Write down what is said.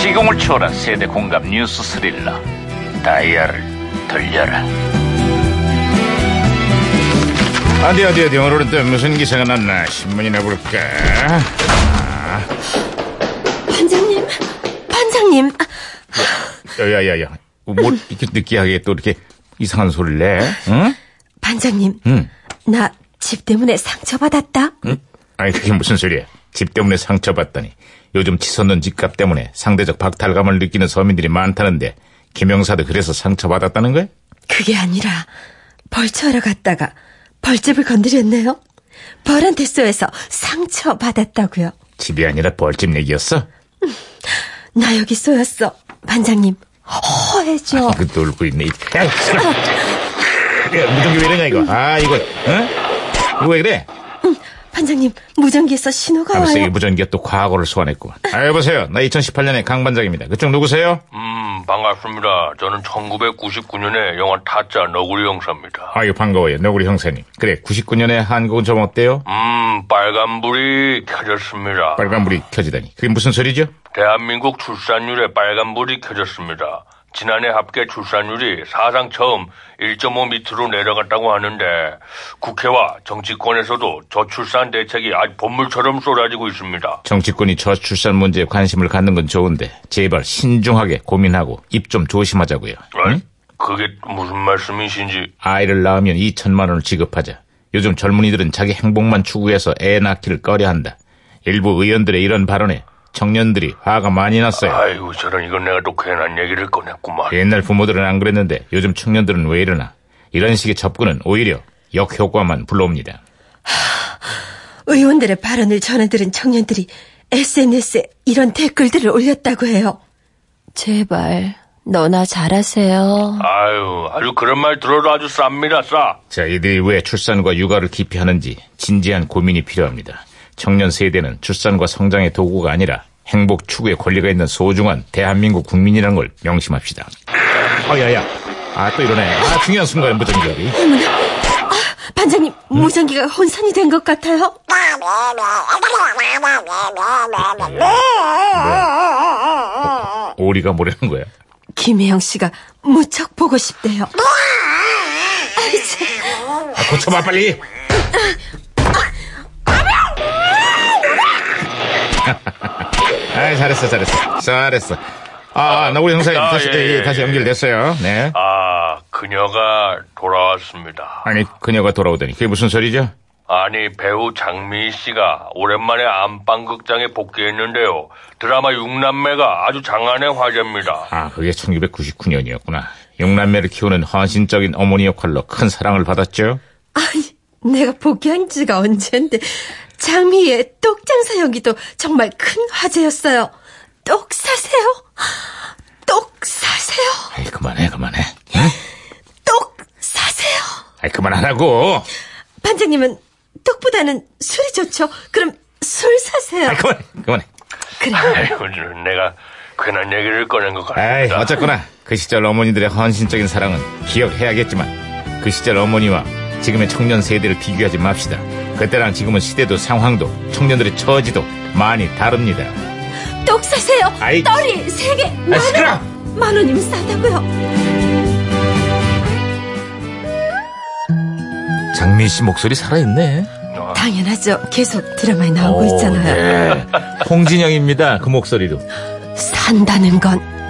시공을 초월한 세대 공감 뉴스 스릴러 다이아를 돌려라 어디 어디 어디 오늘은 또 무슨 기사가 났나 신문이나 볼까 반장님, 반장님. 아, 어, 야야야야 뭐 이렇게 느끼하게 또 이렇게 이상한 소리를 내 응? 반장님, 응. 나 집 때문에 상처받았다. 응? 아니 그게 무슨 소리야 집 때문에 상처받다니 요즘 치솟는 집값 때문에 상대적 박탈감을 느끼는 서민들이 많다는데 김영사도 그래서 상처받았다는 거야? 그게 아니라 벌처하러 갔다가 벌집을 건드렸네요. 벌한테 쏘여서 상처받았다고요. 집이 아니라 벌집 얘기였어? 나 여기 쏘였어. 반장님, 허해줘. 그 놀고 있네. 이 아이, 참. 야, 무전기 왜 이러냐 이거? 아 이거, 어? 이거 왜 그래? 반장님, 무전기에서 신호가 아무튼 이 와요. 무전기가 또 과거를 소환했고. 아 여보세요. 나 2018년의 강반장입니다. 그쪽 누구세요? 음, 반갑습니다. 저는 1999년에 영화 타짜 너구리 형사입니다. 아유 반가워요. 너구리 형사님. 그래 99년에 한국은 좀 어때요? 음, 빨간불이 켜졌습니다. 빨간불이 켜지다니. 그게 무슨 소리죠? 대한민국 출산율에 빨간불이 켜졌습니다. 지난해 합계 출산율이 사상 처음 1.5 밑으로 내려갔다고 하는데 국회와 정치권에서도 저출산 대책이 아주 본물처럼 쏟아지고 있습니다. 어? 정치권이 저출산 문제에 관심을 갖는 건 좋은데 제발 신중하게 고민하고 입 좀 조심하자고요. 에? 그게 무슨 말씀이신지 아이를 낳으면 2천만 원을 지급하자. 요즘 젊은이들은 자기 행복만 추구해서 애 낳기를 꺼려한다. 일부 의원들의 이런 발언에 청년들이 화가 많이 났어요. 아이고 저런 이건 내가 또 괜한 얘기를 꺼냈구만. 옛날 부모들은 안 그랬는데 요즘 청년들은 왜 이러나. 이런 식의 접근은 오히려 역효과만 불러옵니다. 의원들의 발언을 전해들은 청년들이 SNS에 이런 댓글들을 올렸다고 해요. 제발, 너나 잘하세요. 아유, 아주 그런 말 들어도 아주 쌉니다, 싸. 자, 이들이 왜 출산과 육아를 기피하는지 진지한 고민이 필요합니다. 청년 세대는 출산과 성장의 도구가 아니라 행복 추구에 권리가 있는 소중한 대한민국 국민이라는 걸 명심합시다. 어, 야, 야. 아, 또 이러네. 아, 중요한 순간에 무전기업이. 반장님, 무전기가 혼선이 된 것 같아요. 오리가 뭐라는 거야? 김혜영 씨가 무척 보고 싶대요. 아, 고쳐봐, 빨리! 아, 잘했어, 잘했어. 잘했어. 아, 나 우리 형사님 아, 다시, 예, 예, 예, 다시 예. 연결됐어요. 네. 아, 그녀가 돌아왔습니다. 아니, 그녀가 돌아오더니 그게 무슨 소리죠? 아니, 배우 장미희 씨가 오랜만에 안방극장에 복귀했는데요. 드라마 육남매가 아주 장안의 화제입니다. 아, 그게 1999년이었구나. 용남매를 키우는 헌신적인 어머니 역할로 큰 사랑을 받았죠. 아니, 내가 복귀한 지가 언젠데 장미의 똑장사 연기도 정말 큰 화제였어요. 똑 사세요. 똑 사세요. 아이, 그만해, 그만해. 똑 사세요. 아이, 그만하라고. 반장님은 똑보다는 술이 좋죠. 그럼 술 사세요. 아이, 그만해, 그만해. 그래요. 아이고, 저는 내가 괜한 얘기를 꺼낸 것 아이, 같습니다. 어쨌거나 그 시절 어머니들의 헌신적인 사랑은 기억해야겠지만 그 시절 어머니와 지금의 청년 세대를 비교하지 맙시다. 그때랑 지금은 시대도 상황도 청년들의 처지도 많이 다릅니다. 똑 사세요. 아이. 떨이 세 개. 아, 시끄러! 만 원이면 싸다고요. 장민 씨 목소리 살아있네. 어. 당연하죠. 계속 드라마에 어, 네. 나오고 있잖아요. 홍진영입니다. 그 목소리로. 산다는 건